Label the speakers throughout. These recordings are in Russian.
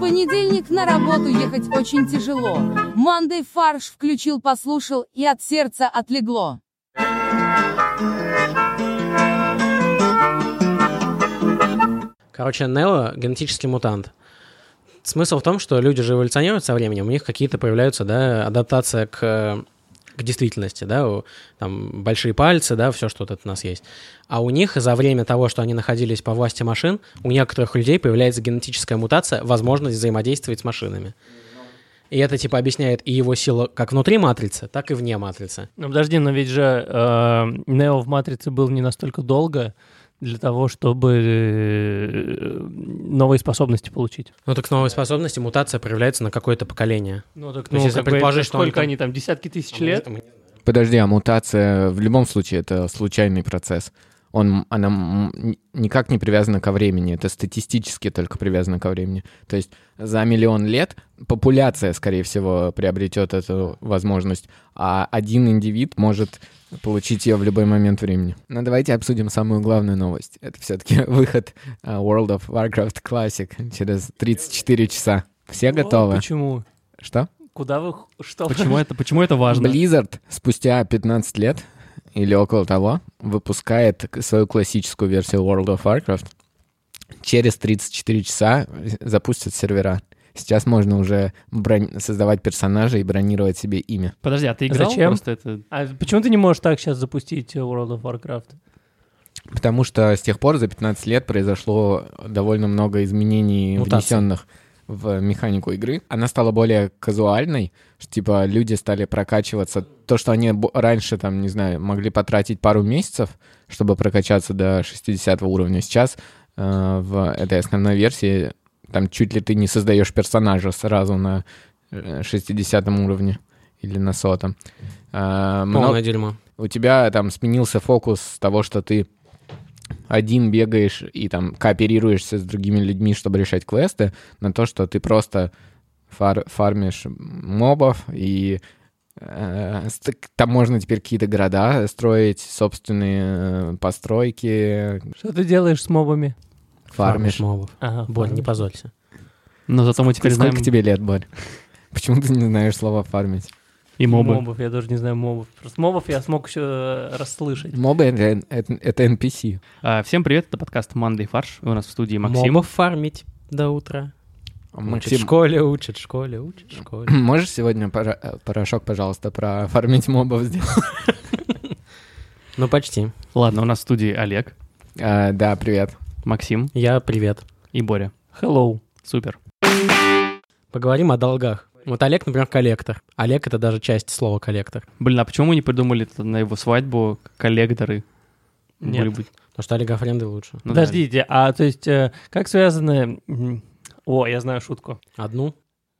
Speaker 1: понедельник на работу ехать очень тяжело. Мандей фарш включил, послушал, и от сердца отлегло.
Speaker 2: Короче, Нео — генетический мутант. Смысл в том, что люди же эволюционируют со временем, у них какие-то появляются, да, адаптация к, э, к действительности, да, у- там большие пальцы, да, все, что тут у нас есть. А у них за время того, что они находились по власти машин, у некоторых людей появляется генетическая мутация, возможность взаимодействовать с машинами. И это, типа, объясняет и его силу как внутри матрицы, так и вне матрицы.
Speaker 3: Ну подожди, но ведь же э, Нео в «Матрице» был не настолько долго для того, чтобы э, новые способности получить.
Speaker 2: Ну, так новые способности мутация проявляется на какое-то поколение.
Speaker 3: Ну так,
Speaker 2: ну, как бы, это
Speaker 3: сколько они там, десятки тысяч лет?
Speaker 4: Подожди, а мутация в любом случае это случайный процесс. Он, она м, н- никак не привязана ко времени, это статистически только привязано ко времени. То есть за миллион лет популяция, скорее всего, приобретет эту возможность, а один индивид может получить ее в любой момент времени. Но давайте обсудим самую главную новость. Это все-таки выход э, World of Warcraft Classic через 34 часа. Все готовы?
Speaker 3: Ну, Почему?
Speaker 4: Что?
Speaker 3: Куда вы... Что?
Speaker 5: Почему это, почему это важно?
Speaker 4: Blizzard спустя 15 лет или около того выпускает к- свою классическую версию World of Warcraft. Через 34 часа э, запустят сервера. Сейчас можно уже брон- создавать персонажа и бронировать себе имя.
Speaker 5: Подожди, а ты играл
Speaker 3: Зачем?
Speaker 5: просто это?
Speaker 3: А почему ты не можешь так сейчас запустить э, World of Warcraft?
Speaker 4: Потому что с тех пор за 15 лет произошло довольно много изменений,
Speaker 2: Мутаций.
Speaker 4: внесенных в механику игры. Она стала более казуальной, что типа люди стали прокачиваться. То, что они бо- раньше, там, не знаю, могли потратить пару месяцев, чтобы прокачаться до 60 уровня, сейчас э, в этой основной версии там чуть ли ты не создаешь персонажа сразу на э, 60 уровне или на сотом. Э, мно-
Speaker 2: Полное дерьмо.
Speaker 4: у тебя там сменился фокус с того, что ты один бегаешь и там кооперируешься с другими людьми, чтобы решать квесты, на то, что ты просто фар- фармишь мобов и э, ст- там можно теперь какие-то города строить, собственные э, постройки,
Speaker 3: Что ты делаешь с мобами?
Speaker 4: фармишь.
Speaker 2: мобов.
Speaker 3: Ага,
Speaker 2: Боль, не
Speaker 3: фармишь.
Speaker 2: позорься.
Speaker 5: Но зато мы теперь знаем
Speaker 4: Сколько тебе лет, Борь? Почему ты не знаешь слова фармить?
Speaker 5: и мобы.
Speaker 3: Мобов, я даже не знаю мобов. Просто мобов я смог еще расслышать.
Speaker 4: Мобы это, это, это NPC.
Speaker 5: А, всем привет, это подкаст «Мандай фарш». И у нас в студии Максим.
Speaker 2: Мобов фармить до утра. Учат в
Speaker 4: Максим,
Speaker 2: школе, учат в школе, учат в школе.
Speaker 4: можешь сегодня пора- э, порошок, пожалуйста, про фармить мобов сделать?
Speaker 2: Ну, почти.
Speaker 5: Ладно, у нас в студии Олег,
Speaker 4: А, да, привет.
Speaker 5: Максим
Speaker 2: Я привет.
Speaker 5: и Боря.
Speaker 3: Hello.
Speaker 5: Супер.
Speaker 2: Поговорим о долгах. Вот Олег, например, коллектор. Олег — это даже часть слова коллектор.
Speaker 5: Блин, а почему мы не придумали это на его свадьбу коллекторы?
Speaker 3: Нет.
Speaker 5: Были бы-
Speaker 2: Потому что Олега Френды лучше.
Speaker 5: Ну,
Speaker 3: Подождите, а то есть э, как связаны... м, О, я знаю шутку.
Speaker 2: Одну.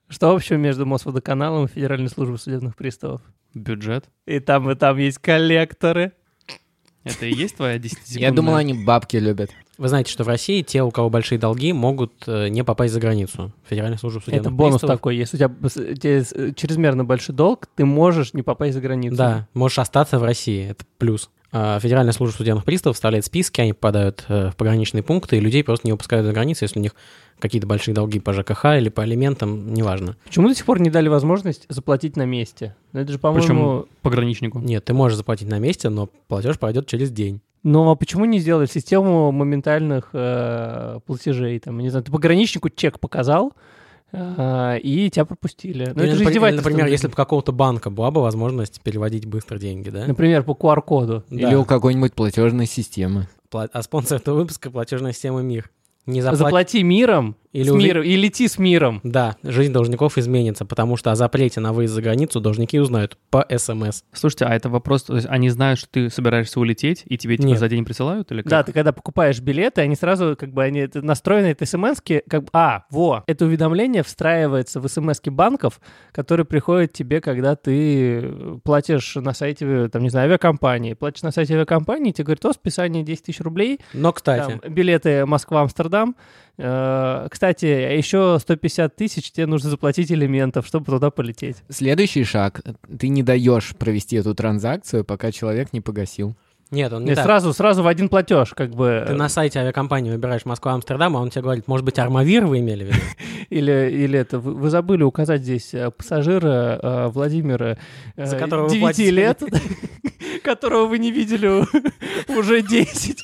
Speaker 3: Что общего между Мосводоканалом и Федеральной службой судебных приставов?
Speaker 5: наверное. Бюджет.
Speaker 3: И там, и там есть коллекторы.
Speaker 5: Это и есть твоя 10
Speaker 4: Я думал, они бабки любят.
Speaker 2: Вы знаете, что в России те, у кого большие долги, могут э, не попасть за границу. Федеральная служба судебных
Speaker 3: Это бонус
Speaker 2: приставов.
Speaker 3: такой. Если у тебя б- с- те- с- э, чрезмерно большой долг, ты можешь не попасть за границу.
Speaker 2: Да, можешь остаться в России, это плюс. А Федеральная служба судебных приставов вставляет списки, они попадают э, в пограничные пункты, и людей просто не выпускают за границу, если у них какие-то большие долги по ЖКХ или по алиментам, неважно.
Speaker 3: Почему до сих пор не дали возможность заплатить на месте? Ну, это же, по-моему...
Speaker 5: Причем пограничнику.
Speaker 2: Нет, ты можешь заплатить на месте, но платеж пройдет через день.
Speaker 3: Ну, а почему не сделали систему моментальных э, платежей? Там, не знаю, ты пограничнику чек показал, э, и тебя пропустили. Ну,
Speaker 2: Или,
Speaker 3: это
Speaker 2: напри-
Speaker 3: же
Speaker 2: или,
Speaker 3: издевательство.
Speaker 2: например, если бы какого-то банка была бы возможность переводить быстро деньги, да?
Speaker 3: Например, по QR-коду.
Speaker 2: Да.
Speaker 4: Или у какой-нибудь платежной системы.
Speaker 2: Пла- А спонсор этого выпуска платежная система МИР. Не запла-
Speaker 3: Заплати миром,
Speaker 2: Или
Speaker 3: с
Speaker 2: уже-
Speaker 3: миром, и лети с миром.
Speaker 2: Да, жизнь должников изменится, потому что о запрете на выезд за границу должники узнают по эм СМС.
Speaker 5: Слушайте, а это вопрос, то есть они знают, что ты собираешься улететь, и тебе типа
Speaker 2: Нет.
Speaker 5: за день присылают или как?
Speaker 3: Да, ты когда покупаешь билеты, они сразу, как бы, они это настроены, это смс как бы, а, во, это уведомление встраивается в смс банков, которые приходят тебе, когда ты э, платишь на сайте, там, не знаю, авиакомпании, платишь на сайте авиакомпании, тебе говорят, о, списание 10 тысяч рублей,
Speaker 2: Но, кстати,
Speaker 3: там, билеты Москва-Амстердам, Э, кстати, а еще 150 тысяч тебе нужно заплатить элементов, чтобы туда полететь.
Speaker 4: Следующий шаг. Ты не даешь провести эту транзакцию, пока человек не погасил.
Speaker 2: Нет, он не,
Speaker 3: Не,
Speaker 2: так.
Speaker 3: сразу, сразу в один платеж, как бы.
Speaker 2: Ты на сайте авиакомпании выбираешь Москва-Амстердам, а он тебе говорит, может быть, Армавир вы имели в виду?
Speaker 3: Или, или это вы, вы забыли указать здесь э, пассажира э, Владимира э,
Speaker 2: За которого вы
Speaker 3: 9
Speaker 2: платите.
Speaker 3: лет, которого вы не видели уже 10.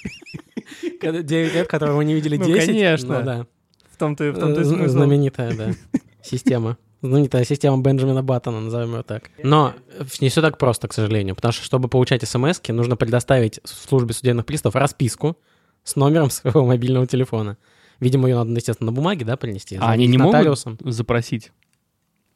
Speaker 2: Когда 9 лет, которого вы не видели
Speaker 3: Ну,
Speaker 2: 10.
Speaker 3: конечно.
Speaker 2: Ну, да.
Speaker 3: В том-то и в том-то и
Speaker 2: З-
Speaker 3: смысл.
Speaker 2: Знаменитая, да, система. Знаменитая система Бенджамина Баттона, назовем ее так. Но не все так просто, к сожалению, потому что, чтобы получать смс нужно предоставить в службе судебных приставов расписку с номером своего мобильного телефона. Видимо, ее надо, естественно, на бумаге, да, принести.
Speaker 5: А они
Speaker 2: С
Speaker 5: не могут
Speaker 2: нотариусом.
Speaker 5: запросить?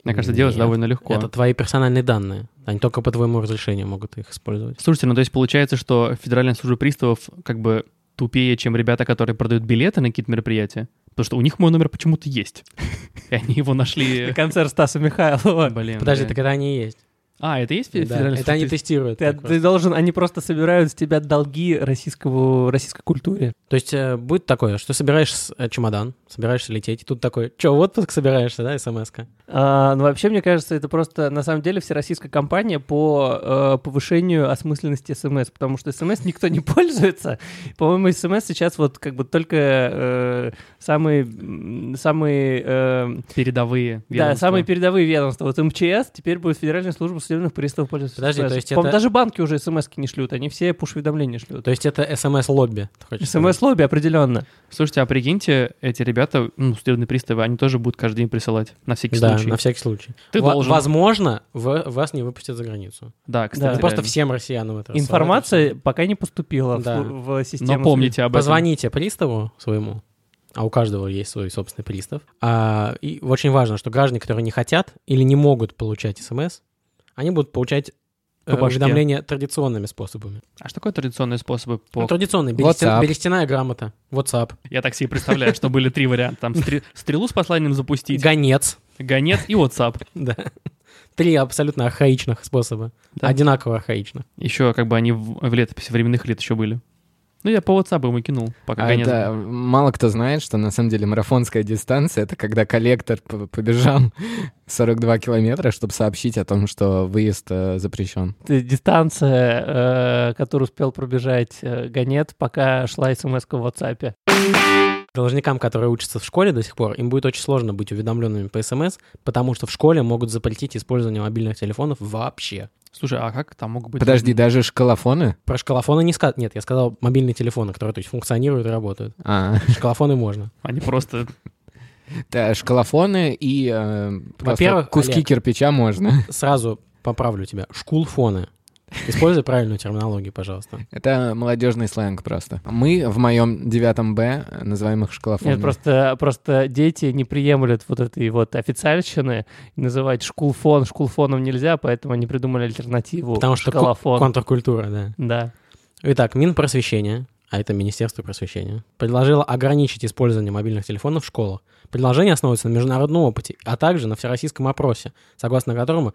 Speaker 5: Мне кажется, делать
Speaker 2: Нет.
Speaker 5: довольно легко.
Speaker 2: Это твои персональные данные. Они только по твоему разрешению могут их использовать.
Speaker 5: Слушайте, ну то есть получается, что Федеральная служба приставов как бы тупее, чем ребята, которые продают билеты на какие-то мероприятия, потому что у них мой номер почему-то есть. И они его нашли...
Speaker 3: Концерт Стаса Михайлова.
Speaker 5: Блин,
Speaker 2: Подожди,
Speaker 5: да.
Speaker 2: так это они и есть.
Speaker 5: А, это есть
Speaker 2: Да,
Speaker 5: федеральная
Speaker 2: Это
Speaker 5: служба
Speaker 2: они
Speaker 5: приставов?
Speaker 2: тестируют.
Speaker 3: Ты,
Speaker 2: так
Speaker 3: от-
Speaker 2: вот.
Speaker 3: ты должен, они просто собирают с тебя долги российского, российской культуре.
Speaker 2: То есть э, будет такое, что собираешь с- э, чемодан, собираешься лететь, и тут такой, что, в отпуск собираешься, да, смс-ка?
Speaker 3: А, ну, вообще, мне кажется, это просто на самом деле всероссийская кампания по э, повышению осмысленности СМС, потому что СМС никто не пользуется. По-моему, СМС сейчас вот как бы только э, самые, м, самые, э,
Speaker 5: Передовые
Speaker 3: да,
Speaker 5: ведомства.
Speaker 3: самые передовые ведомства. Вот МЧС теперь будет Федеральная служба судебных приставов пользоваться
Speaker 2: Подожди,
Speaker 3: СМС.
Speaker 2: то есть
Speaker 3: По-моему,
Speaker 2: это-
Speaker 3: даже банки уже СМС не шлют, они все пуш-уведомления шлют. эм
Speaker 2: То есть это смс-лобби, ты хочешь сказать?
Speaker 3: СМС-лобби определенно.
Speaker 5: Слушайте, а прикиньте, эти ребята, ну, судебные приставы, они тоже будут каждый день присылать, на всякий
Speaker 2: Да,
Speaker 5: случай.
Speaker 2: на всякий случай.
Speaker 5: Ты
Speaker 2: Во-
Speaker 5: должен.
Speaker 2: Возможно, в- вас не выпустят за границу.
Speaker 5: Да,
Speaker 3: Да.
Speaker 5: кстати,
Speaker 2: Ну, Просто
Speaker 5: реально.
Speaker 2: всем россиянам это.
Speaker 3: Информация пока не поступила в
Speaker 2: Да.
Speaker 3: слу- в, систему.
Speaker 5: Но помните об этом.
Speaker 2: Позвоните приставу своему, а у каждого есть свой собственный пристав. А, и очень важно, что граждане, которые не хотят или не могут получать смс, они будут получать э,
Speaker 5: По башке.
Speaker 2: уведомления традиционными способами.
Speaker 5: А что такое традиционные способы по...
Speaker 2: Ну, традиционные.
Speaker 4: WhatsApp.
Speaker 2: Берестяная, берестяная грамота, WhatsApp,
Speaker 5: Я так себе представляю, что были три варианта. Там стре- стрелу с посланием запустить,
Speaker 2: гонец.
Speaker 5: гонец и WhatsApp.
Speaker 2: Да. Три абсолютно архаичных способа.
Speaker 5: Да.
Speaker 2: Одинаково архаичных.
Speaker 5: Еще как бы они в, в летописи временных лет еще были. Ну, я по WhatsApp ему кинул, пока
Speaker 4: А
Speaker 5: гонец
Speaker 4: это
Speaker 5: был.
Speaker 4: мало кто знает, что на самом деле марафонская дистанция это когда коллектор п- побежал 42 километра, чтобы сообщить о том, что выезд э, запрещен.
Speaker 3: Т- дистанция, э, которую успел пробежать э, гонет, пока шла смс в WhatsApp.
Speaker 2: Должникам, которые учатся в школе до сих пор, им будет очень сложно быть уведомленными по СМС, потому что в школе могут запретить использование мобильных телефонов вообще.
Speaker 5: Слушай, а как там могут быть...
Speaker 4: Подожди, даже шкалофоны?
Speaker 2: Про шкалофоны не сказал. Нет, я сказал мобильные телефоны, которые то есть, функционируют и работают.
Speaker 4: А,
Speaker 2: Шкалофоны можно.
Speaker 5: Они просто...
Speaker 4: да, шкалофоны и э, просто
Speaker 2: Во-первых,
Speaker 4: куски
Speaker 2: Олег.
Speaker 4: кирпича можно.
Speaker 2: Сразу поправлю тебя. Шкулфоны. Используй правильную терминологию, пожалуйста.
Speaker 4: Это молодежный сленг просто. Мы в моем девятом Б называем их шкалофонами.
Speaker 3: Нет, просто, просто дети не приемлют вот этой вот официальщины. И называть шкулфон шкулфоном нельзя, поэтому они придумали альтернативу.
Speaker 2: Потому что ку-
Speaker 3: шкалофон.
Speaker 2: контркультура, да.
Speaker 3: Да.
Speaker 2: Итак, Минпросвещение, а это Министерство просвещения, предложило ограничить использование мобильных телефонов в школах. Предложение основывается на международном опыте, а также на всероссийском опросе, согласно которому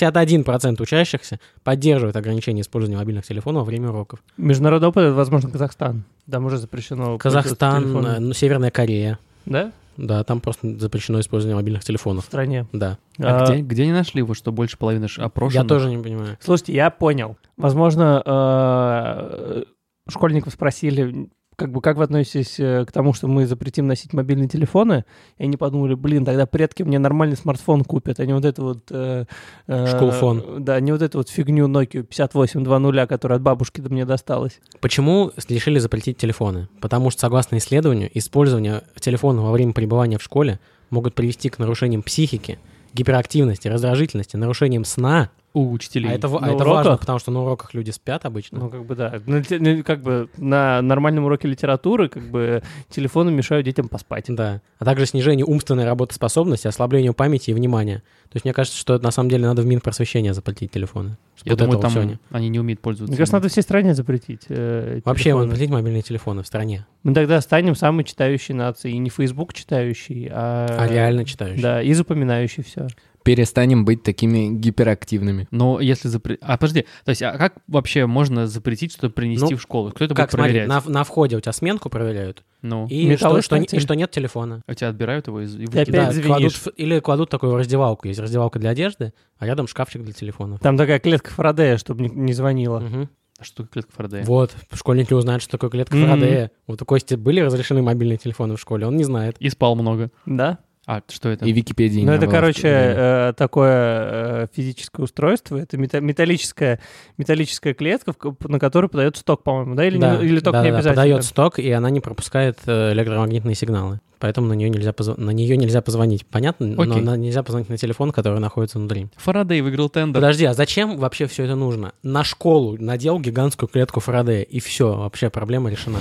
Speaker 2: 61% учащихся поддерживают ограничение использования мобильных телефонов во время уроков.
Speaker 3: Международный опыт, это, возможно, Казахстан. Там уже запрещено...
Speaker 2: Казахстан,
Speaker 3: пользоваться
Speaker 2: э,
Speaker 3: телефоном.
Speaker 2: ну, Северная Корея,
Speaker 3: Да?
Speaker 2: да, там просто запрещено использование мобильных
Speaker 3: В
Speaker 2: телефонов.
Speaker 3: стране.
Speaker 2: Да,
Speaker 5: А
Speaker 3: А,
Speaker 5: где, где они нашли вот, что больше половины ж опрошенных?
Speaker 2: я тоже не понимаю.
Speaker 3: Слушайте, я понял. Возможно, э, школьников спросили, как бы как вы относитесь э, к тому, что мы запретим носить мобильные телефоны, и они подумали, блин, тогда предки мне нормальный смартфон купят, а не вот это вот... э, э,
Speaker 2: Шкулфон.
Speaker 3: Да, не вот эту вот фигню Nokia 5820, которая от бабушки до мне досталась.
Speaker 2: Почему решили запретить телефоны? Потому что, согласно исследованию, использование телефона во время пребывания в школе могут привести к нарушениям психики, гиперактивности, раздражительности, нарушениям сна.
Speaker 5: У учителей.
Speaker 2: А это, ва- а
Speaker 3: На
Speaker 2: это важно,
Speaker 3: уроках?
Speaker 2: потому что на уроках люди спят обычно.
Speaker 3: Ну, как бы да. На те- ну, как бы на нормальном уроке литературы как бы телефоны мешают детям поспать.
Speaker 2: Да. А также снижение умственной работоспособности, ослаблению памяти и внимания. То есть мне кажется, что это на самом деле надо в Минпросвещение запретить телефоны.
Speaker 5: Я
Speaker 2: Вот
Speaker 5: думаю,
Speaker 2: этого
Speaker 5: там
Speaker 2: всё не-
Speaker 5: они не умеют пользоваться.
Speaker 3: Мне кажется,
Speaker 5: ими.
Speaker 3: надо всей стране запретить. э,
Speaker 2: Вообще,
Speaker 3: телефоны.
Speaker 2: запретить мобильные телефоны в стране.
Speaker 3: Мы тогда станем самой читающей нацией. И не Facebook читающий, а...
Speaker 2: А
Speaker 5: Э,
Speaker 2: реально читающие.
Speaker 3: Да, и запоминающий все.
Speaker 4: Перестанем быть такими гиперактивными.
Speaker 5: Но если запре... А, подожди, то есть, а как вообще можно запретить что-то принести
Speaker 2: Ну,
Speaker 5: в школу? Кто это
Speaker 2: Как,
Speaker 5: будет проверять?
Speaker 2: смотри, на, на входе у тебя сменку проверяют,
Speaker 5: Ну,
Speaker 2: и что,
Speaker 3: Металлы,
Speaker 2: что не-
Speaker 3: кстати.
Speaker 2: и что нет телефона.
Speaker 5: а тебя отбирают его из... и
Speaker 3: Ты
Speaker 5: выкидывают?
Speaker 3: опять
Speaker 2: Да,
Speaker 3: звенишь.
Speaker 2: кладут в- или кладут такую раздевалку. Есть раздевалка для одежды, а рядом шкафчик для телефонов.
Speaker 3: Там такая клетка Фарадея, чтобы не, не звонила.
Speaker 2: Мгм.
Speaker 5: А что такое клетка Фарадея?
Speaker 2: Вот, школьник не узнает, что такое клетка
Speaker 5: Мгм.
Speaker 2: Фарадея. Вот у Кости были разрешены мобильные телефоны в школе, он не знает.
Speaker 5: И спал много.
Speaker 3: Да?
Speaker 5: А, что это?
Speaker 4: И Википедии
Speaker 3: Ну,
Speaker 4: не
Speaker 3: это,
Speaker 4: было в то
Speaker 3: короче,
Speaker 4: время.
Speaker 3: э, такое э, физическое устройство. Это мета- металлическая, металлическая клетка, в ко- на которую подает сток, по-моему, да? Или, не-
Speaker 2: Да,
Speaker 3: или только
Speaker 2: да,
Speaker 3: не
Speaker 2: да, да,
Speaker 3: обязательно?
Speaker 2: подает сток, и она не пропускает э, электромагнитные сигналы. Поэтому на нее нельзя, позв- на нее нельзя позвонить. Понятно? Но
Speaker 5: Окей.
Speaker 2: на- нельзя позвонить на телефон, который находится внутри.
Speaker 5: Фарадей выиграл тендер.
Speaker 2: Подожди, а зачем вообще все это нужно? На школу надел гигантскую клетку Фарадея, и все, вообще проблема решена.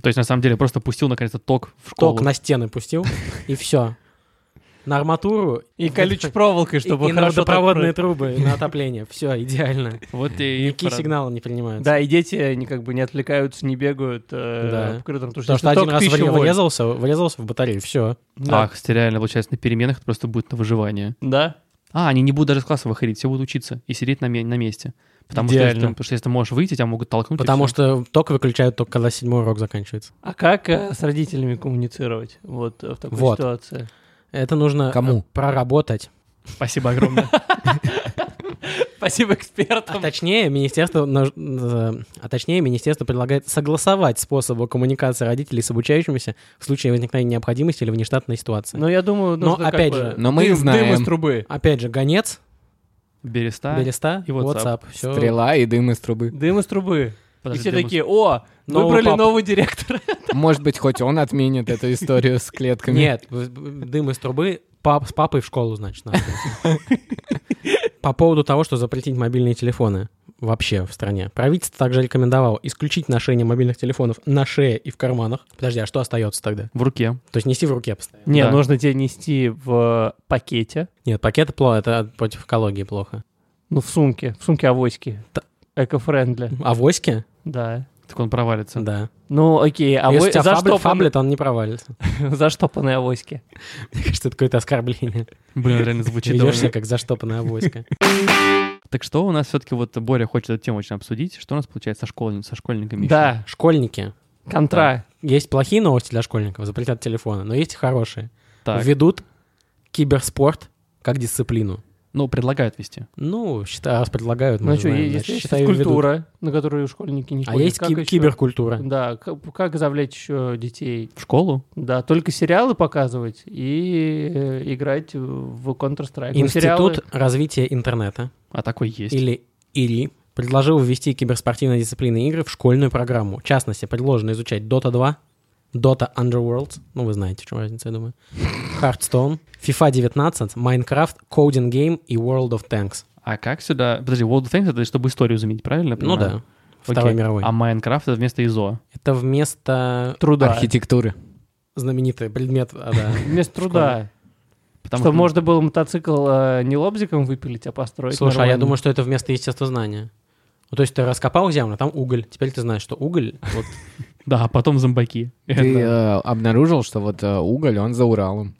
Speaker 5: То есть, на самом деле, просто пустил, наконец-то, ток в школу.
Speaker 2: Ток на стены пустил, и все. На арматуру
Speaker 3: И колючей проволокой, чтобы
Speaker 2: и, и на
Speaker 3: хорошо... так
Speaker 2: водопроводные
Speaker 3: прыг-
Speaker 2: трубы, на отопление. Все, идеально.
Speaker 5: Вот тебе и
Speaker 2: Никакие
Speaker 5: Фарадей.
Speaker 2: сигналы не принимаются.
Speaker 3: Да, и дети, они как бы не отвлекаются, не бегают
Speaker 2: Да.
Speaker 3: э, по коридорам, потому что,
Speaker 2: Потому что один раз вре-
Speaker 3: врезал.
Speaker 2: врезался, врезался в батарею, все.
Speaker 5: Ах, А, кстати, реально, получается, на переменах это просто будет на выживание.
Speaker 3: Да.
Speaker 5: А, они не будут даже с класса выходить, все будут учиться и сидеть на, ме- на месте. Потому что, если,
Speaker 2: Идеально.
Speaker 5: ты- потому что если ты можешь выйти, тебя могут толкнуть. и
Speaker 2: Потому
Speaker 5: всё.
Speaker 2: что ток выключают только когда седьмой урок заканчивается.
Speaker 3: А как э, с родителями коммуницировать вот э, в такой
Speaker 2: Вот.
Speaker 3: ситуации?
Speaker 2: Это нужно
Speaker 4: Кому?
Speaker 2: э, проработать.
Speaker 5: Спасибо огромное.
Speaker 3: Спасибо
Speaker 2: А
Speaker 3: экспертам.
Speaker 2: точнее, министерство, наж- э, а точнее, министерство предлагает согласовать способы коммуникации родителей с обучающимися в случае возникновения необходимости или внештатной ситуации.
Speaker 3: Но Ну, я думаю,
Speaker 2: Но
Speaker 3: нужно как
Speaker 2: опять
Speaker 3: бы
Speaker 2: же, ну,
Speaker 4: Но мы
Speaker 3: дым-
Speaker 4: знаем.
Speaker 3: Дым из трубы.
Speaker 2: Опять же, гонец,
Speaker 5: Береста.
Speaker 2: береста
Speaker 5: и
Speaker 2: и
Speaker 5: WhatsApp.
Speaker 2: WhatsApp. Все.
Speaker 4: Стрела и дым из трубы.
Speaker 3: Дым из трубы. и
Speaker 5: Подожди,
Speaker 3: все
Speaker 5: Дым из-
Speaker 3: такие, о,
Speaker 2: Нового
Speaker 3: выбрали
Speaker 2: папу».
Speaker 3: нового директора.
Speaker 4: Может быть, хоть он отменит эту историю с клетками.
Speaker 2: Нет, в- в- дым из трубы пап, с папой в школу, значит, надо. По поводу того, что запретить мобильные телефоны вообще в стране. Правительство также рекомендовало исключить ношение мобильных телефонов на шее и в карманах. Подожди, а что остается тогда?
Speaker 5: В руке.
Speaker 2: То есть нести в руке постоянно.
Speaker 3: Не,
Speaker 5: Да.
Speaker 3: нужно тебе нести в пакете,
Speaker 2: Нет, пакеты плохо, это против экологии плохо.
Speaker 3: ну, в сумке, в сумке авоськи.
Speaker 2: Та-
Speaker 3: Эко-френдли,
Speaker 2: А воськи?
Speaker 3: да.
Speaker 5: Так он провалится.
Speaker 2: Да.
Speaker 3: Ну, окей, а
Speaker 2: Если у
Speaker 3: вы
Speaker 2: тебя фаблет,
Speaker 3: заштопаны-
Speaker 2: фаблет, он не провалится.
Speaker 3: заштопанные авоськи.
Speaker 2: Мне кажется, это какое-то оскорбление.
Speaker 5: Блин, реально звучит
Speaker 2: Ведешь
Speaker 5: довольно-
Speaker 2: себя как заштопанная воська.
Speaker 5: Так что у нас все-таки вот Боря хочет эту тему очень обсудить. Что у нас получается со, школьни- со школьниками? ещё?
Speaker 3: Да,
Speaker 2: Школьники.
Speaker 3: контра.
Speaker 2: Есть плохие новости для школьников, запретят телефоны, но есть и хорошие.
Speaker 5: Так.
Speaker 2: ведут киберспорт как дисциплину.
Speaker 5: Ну, предлагают вести.
Speaker 2: Ну, считаю, раз предлагают, мы
Speaker 5: а
Speaker 3: Ну, что,
Speaker 2: знаем,
Speaker 3: есть
Speaker 2: значит,
Speaker 3: есть
Speaker 2: считаю, ведут.
Speaker 3: культура, на которую школьники не
Speaker 2: А
Speaker 3: ходят.
Speaker 2: есть
Speaker 3: Как
Speaker 2: ки-
Speaker 3: ещё?
Speaker 2: киберкультура.
Speaker 3: Да, как, как завлечь еще детей?
Speaker 5: В школу?
Speaker 3: Да, только сериалы показывать и э, играть в Counter-Strike. Ну, сериалы-
Speaker 2: Институт развития интернета,
Speaker 5: А такой есть.
Speaker 2: или ИРИ, предложил ввести киберспортивные дисциплины игры в школьную программу. В частности, предложено изучать Dota 2, Dota Underworld, ну вы знаете, в чем разница, я думаю, Hearthstone, FIFA 19, Minecraft, Coding Game и World of Tanks.
Speaker 5: А как сюда... Подожди, World of Tanks — это чтобы историю заменить, правильно? я
Speaker 2: Ну
Speaker 5: понимаю?
Speaker 2: да, Второй
Speaker 5: Окей.
Speaker 2: мировой.
Speaker 5: А Майнкрафт — это вместо ИЗО.
Speaker 2: Это вместо
Speaker 3: труда.
Speaker 4: Архитектуры.
Speaker 2: знаменитый предмет, а, да.
Speaker 3: Вместо труда.
Speaker 5: Потому
Speaker 3: Чтобы можно было мотоцикл э, не лобзиком выпилить, а построить
Speaker 2: Слушай, а я
Speaker 3: нормально.
Speaker 2: думаю, что это вместо естествознания. Ну, то есть ты раскопал землю, а там уголь. Теперь ты знаешь, что уголь... Вот,
Speaker 5: Да, а потом зомбаки.
Speaker 4: Ты
Speaker 5: Это-
Speaker 4: э, обнаружил, что вот э, уголь, он за Уралом.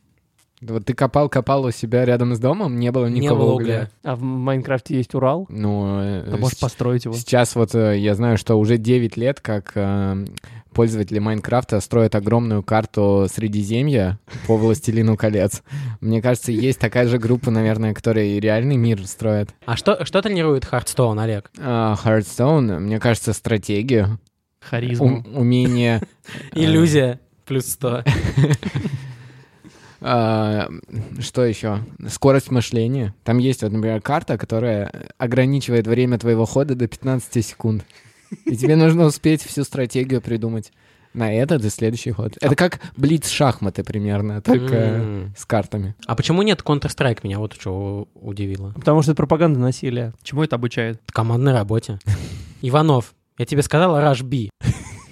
Speaker 4: Да Вот ты копал-копал у себя рядом с домом, не было
Speaker 2: Не
Speaker 4: никакого
Speaker 2: было
Speaker 4: угля.
Speaker 2: угля.
Speaker 3: А в Майнкрафте есть Урал?
Speaker 4: Ну, э,
Speaker 5: Ты можешь
Speaker 4: с-
Speaker 5: построить его.
Speaker 4: сейчас вот э, я знаю, что уже 9 лет, как э, пользователи Майнкрафта строят огромную карту Средиземья по Властелину колец. Мне кажется, есть такая же группа, наверное, которая и реальный мир строит.
Speaker 2: А что, что тренирует Хардстоун, Олег?
Speaker 4: А, Hearthstone, мне кажется, стратегию,
Speaker 5: Харизму.
Speaker 4: ум- умение... э,
Speaker 2: Иллюзия плюс 100.
Speaker 4: А, Что еще? Скорость мышления. Там есть, вот, например, карта, которая ограничивает время твоего хода до 15 секунд. И тебе нужно успеть всю стратегию придумать на этот и следующий ход. Это как блиц-шахматы примерно, только
Speaker 2: М.
Speaker 4: с картами.
Speaker 2: А почему нет Counter-Strike? Меня вот что удивило.
Speaker 3: Потому что это пропаганда насилия.
Speaker 5: Чему это обучает?
Speaker 2: В командной работе. Иванов, я тебе сказал, Rush B.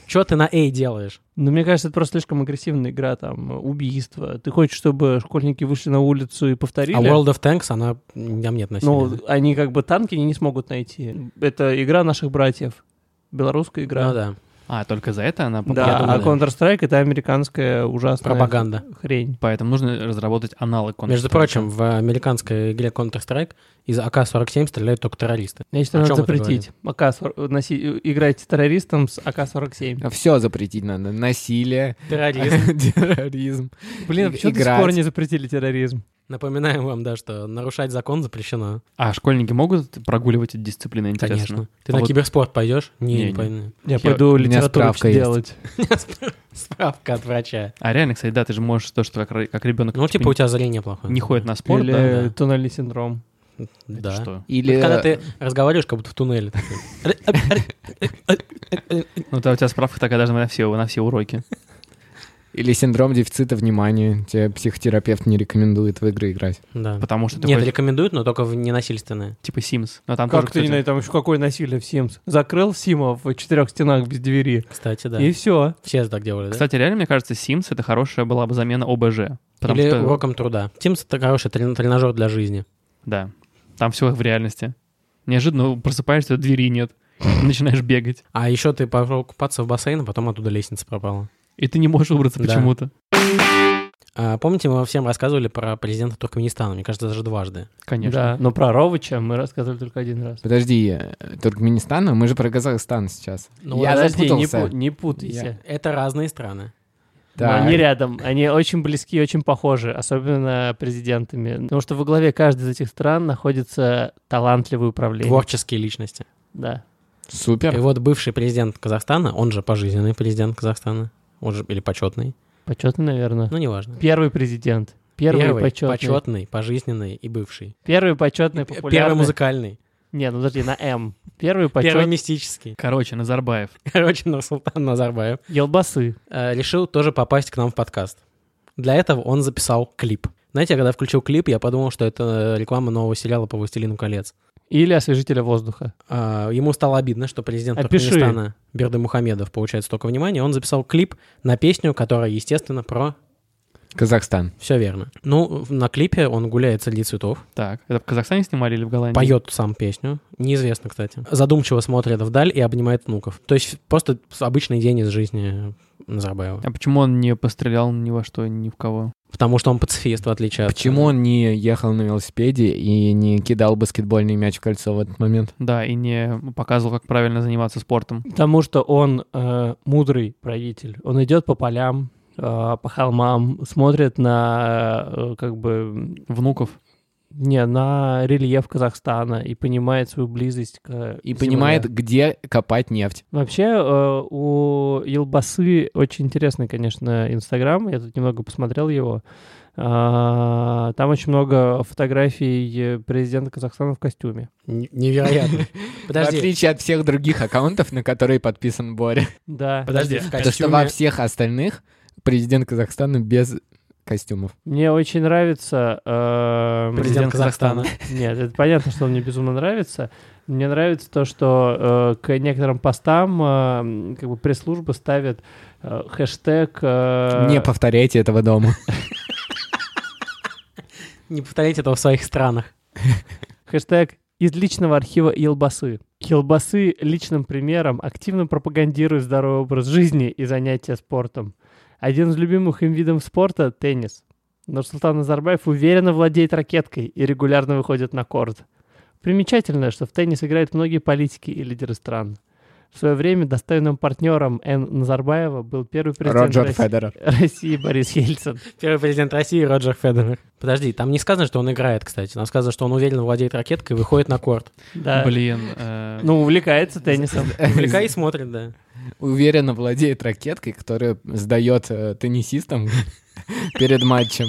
Speaker 2: Чё ты на A делаешь?
Speaker 3: Но Ну, мне кажется, это просто слишком агрессивная игра, там, убийство. Ты хочешь, чтобы школьники вышли на улицу и повторили?
Speaker 2: А World of Tanks, она... Там нет насилия.
Speaker 3: Ну, они как бы танки не смогут найти. Это игра наших братьев. Белорусская игра.
Speaker 2: Ну да,
Speaker 5: А, только за это она
Speaker 3: Да,
Speaker 2: Я
Speaker 3: а
Speaker 5: попадает?
Speaker 2: думаю,
Speaker 3: Counter-Strike это американская ужасная
Speaker 2: пропаганда.
Speaker 3: хрень.
Speaker 5: Поэтому нужно разработать аналог Counter-Strike.
Speaker 2: Между прочим, в американской игре Counter-Strike из А АК-47 стреляют только террористы.
Speaker 3: Я считаю,
Speaker 2: О
Speaker 3: надо
Speaker 2: чем это
Speaker 3: запретить. АК-40 носи- играть с террористом с АК-47.
Speaker 4: Все запретить надо. Насилие,
Speaker 2: Террористы.
Speaker 4: терроризм.
Speaker 3: Блин,
Speaker 4: И-
Speaker 3: почему до сих
Speaker 4: играть.
Speaker 3: пор не запретили терроризм?
Speaker 2: Напоминаем вам, да, что нарушать закон запрещено.
Speaker 5: А школьники могут прогуливать эти дисциплины, интересно?
Speaker 2: Конечно. Ты
Speaker 5: А
Speaker 2: на
Speaker 5: вот-
Speaker 2: киберспорт пойдешь?
Speaker 5: Не,
Speaker 2: Не,
Speaker 5: не.
Speaker 2: не пойду.
Speaker 3: Я
Speaker 5: Я-
Speaker 3: пойду
Speaker 4: у меня
Speaker 3: литературу
Speaker 4: справка есть.
Speaker 3: делать.
Speaker 2: Справка от врача.
Speaker 5: А реально, кстати, да, ты же можешь то, что как, ра- как ребенок
Speaker 2: Ну, типа, у тебя зрение плохое.
Speaker 5: не ходит на спорт,
Speaker 3: Или э,
Speaker 5: да?
Speaker 2: да.
Speaker 3: туннельный синдром.
Speaker 5: Это
Speaker 2: Да.
Speaker 5: Что?
Speaker 4: Или...
Speaker 2: Это Когда ты разговариваешь, как будто в туннеле.
Speaker 5: Ну, да, у тебя справка такая даже на все, на все уроки.
Speaker 4: Или синдром дефицита внимания. Тебе психотерапевт не рекомендует в игры играть.
Speaker 2: Да.
Speaker 5: Потому что ты
Speaker 2: Нет,
Speaker 5: ходишь,
Speaker 2: рекомендуют, но только в ненасильственные.
Speaker 5: типа Sims. Но там
Speaker 3: Как
Speaker 5: тоже,
Speaker 3: ты не
Speaker 5: кстати,
Speaker 3: на там еще какое насилие в Sims? Закрыл Сима в четырех стенах без двери.
Speaker 2: Кстати, да.
Speaker 3: И все.
Speaker 2: Все так делали, да?
Speaker 5: Кстати, реально, мне кажется, Sims — это хорошая была бы замена ОБЖ. Потому
Speaker 2: Или
Speaker 5: что...
Speaker 2: уроком труда. Teams — это хороший трен- тренажер для жизни.
Speaker 5: Да. Там все в реальности. Неожиданно просыпаешься, двери нет. Начинаешь бегать.
Speaker 2: А еще ты пошел купаться в бассейн, а потом оттуда лестница пропала.
Speaker 5: И ты не можешь выбраться
Speaker 2: Да.
Speaker 5: почему-то.
Speaker 2: А, помните, мы всем рассказывали про президента Туркменистана? Мне кажется, даже дважды.
Speaker 5: Конечно.
Speaker 3: Да, но про Ровича мы рассказывали только один раз.
Speaker 4: Подожди, э, Туркменистан, а мы же про Казахстан сейчас.
Speaker 2: Ну,
Speaker 4: Я
Speaker 3: Подожди, не,
Speaker 4: запутался.
Speaker 3: пу- не путайся.
Speaker 2: Это разные страны.
Speaker 3: Но
Speaker 4: Так.
Speaker 3: Они рядом, они очень близки и очень похожи, особенно президентами. Потому что во главе каждой из этих стран находится талантливый управленец.
Speaker 2: Творческие личности.
Speaker 3: Да.
Speaker 2: И
Speaker 3: Э,
Speaker 4: Супер.
Speaker 2: вот бывший президент Казахстана, он же пожизненный президент Казахстана, он же, или почетный,
Speaker 3: Почетный, наверное.
Speaker 2: ну неважно.
Speaker 3: Первый президент. Первый, почетный.
Speaker 2: почетный, пожизненный и бывший.
Speaker 3: Первый почетный
Speaker 2: П-
Speaker 3: популярный.
Speaker 2: Первый музыкальный,
Speaker 3: Не, ну подожди, на М.
Speaker 2: первый
Speaker 3: Первый почетный.
Speaker 2: мистический.
Speaker 5: Короче, Назарбаев.
Speaker 2: Короче, Нурсултан Назарбаев
Speaker 3: Елбасы.
Speaker 2: э, решил тоже попасть к нам в подкаст. Для этого он записал клип. Знаете, когда я включил клип, я подумал, что это э, реклама нового сериала по «Властелину колец».
Speaker 3: Или освежителя воздуха.
Speaker 2: А, Ему стало обидно, что президент
Speaker 3: Опиши.
Speaker 2: Туркменистана Берды Мухамедов получает столько внимания. Он записал клип на песню, которая, естественно, про
Speaker 4: Казахстан.
Speaker 2: Все верно. Ну, в- на клипе он гуляет среди цветов,
Speaker 5: Так, это в Казахстане снимали или в Голландии?
Speaker 2: поет сам песню, неизвестно, кстати. Задумчиво смотрит вдаль и обнимает внуков. То есть просто с- обычный день из жизни Назарбаева.
Speaker 5: А почему он не пострелял ни во что, ни в кого?
Speaker 2: Потому что он пацифист, в отличие от...
Speaker 4: Почему он не ехал на велосипеде и не кидал баскетбольный мяч в кольцо в этот момент?
Speaker 5: Да, и не показывал, как правильно заниматься спортом.
Speaker 3: Потому что он э, мудрый правитель. Он идет по полям, э, по холмам, смотрит на э, как бы м,
Speaker 5: Внуков.
Speaker 3: не на рельеф Казахстана и понимает свою близость к э,
Speaker 4: И
Speaker 3: земле.
Speaker 4: понимает, где копать нефть.
Speaker 3: Вообще э, у Елбасы очень интересный, конечно, Инстаграм. Я тут немного посмотрел его. А, Там очень много фотографий президента Казахстана в костюме.
Speaker 2: Н- Невероятно.
Speaker 4: В
Speaker 2: Подожди,
Speaker 4: отличие от всех других аккаунтов, на которые подписан Боря.
Speaker 3: Да.
Speaker 2: подожди, в
Speaker 4: Потому что во
Speaker 2: костюме...
Speaker 4: всех остальных президент Казахстана без костюмов.
Speaker 3: Мне очень нравится... э,
Speaker 2: Президент Казахстана.
Speaker 3: Нет, это понятно, что он мне безумно нравится. Мне нравится то, что э, к некоторым постам э, как бы пресс-служба ставит э, хэштег... э,
Speaker 4: Не повторяйте этого дома.
Speaker 2: Не повторяйте этого в своих странах.
Speaker 3: Хэштег из личного архива Елбасы. Елбасы личным примером активно пропагандирует здоровый образ жизни и занятия спортом. Один из любимых им видов спорта – теннис. Нурсултан Назарбаев уверенно владеет ракеткой и регулярно выходит на корт. Примечательно, что в теннис играют многие политики и лидеры стран. В свое время достойным партнером Н. Назарбаева был первый президент
Speaker 4: Роджер
Speaker 3: России,
Speaker 4: Федерер.
Speaker 3: России Борис Ельцин.
Speaker 2: Первый президент России Роджер Федерер. Подожди, там не сказано, что он играет, кстати. Там сказано, что он уверенно владеет ракеткой и выходит на корт.
Speaker 3: Да.
Speaker 5: Блин. э,
Speaker 3: Ну, увлекается теннисом.
Speaker 2: Увлекай и смотрит, да.
Speaker 4: Уверенно владеет ракеткой, которая сдает э, теннисистам перед матчем.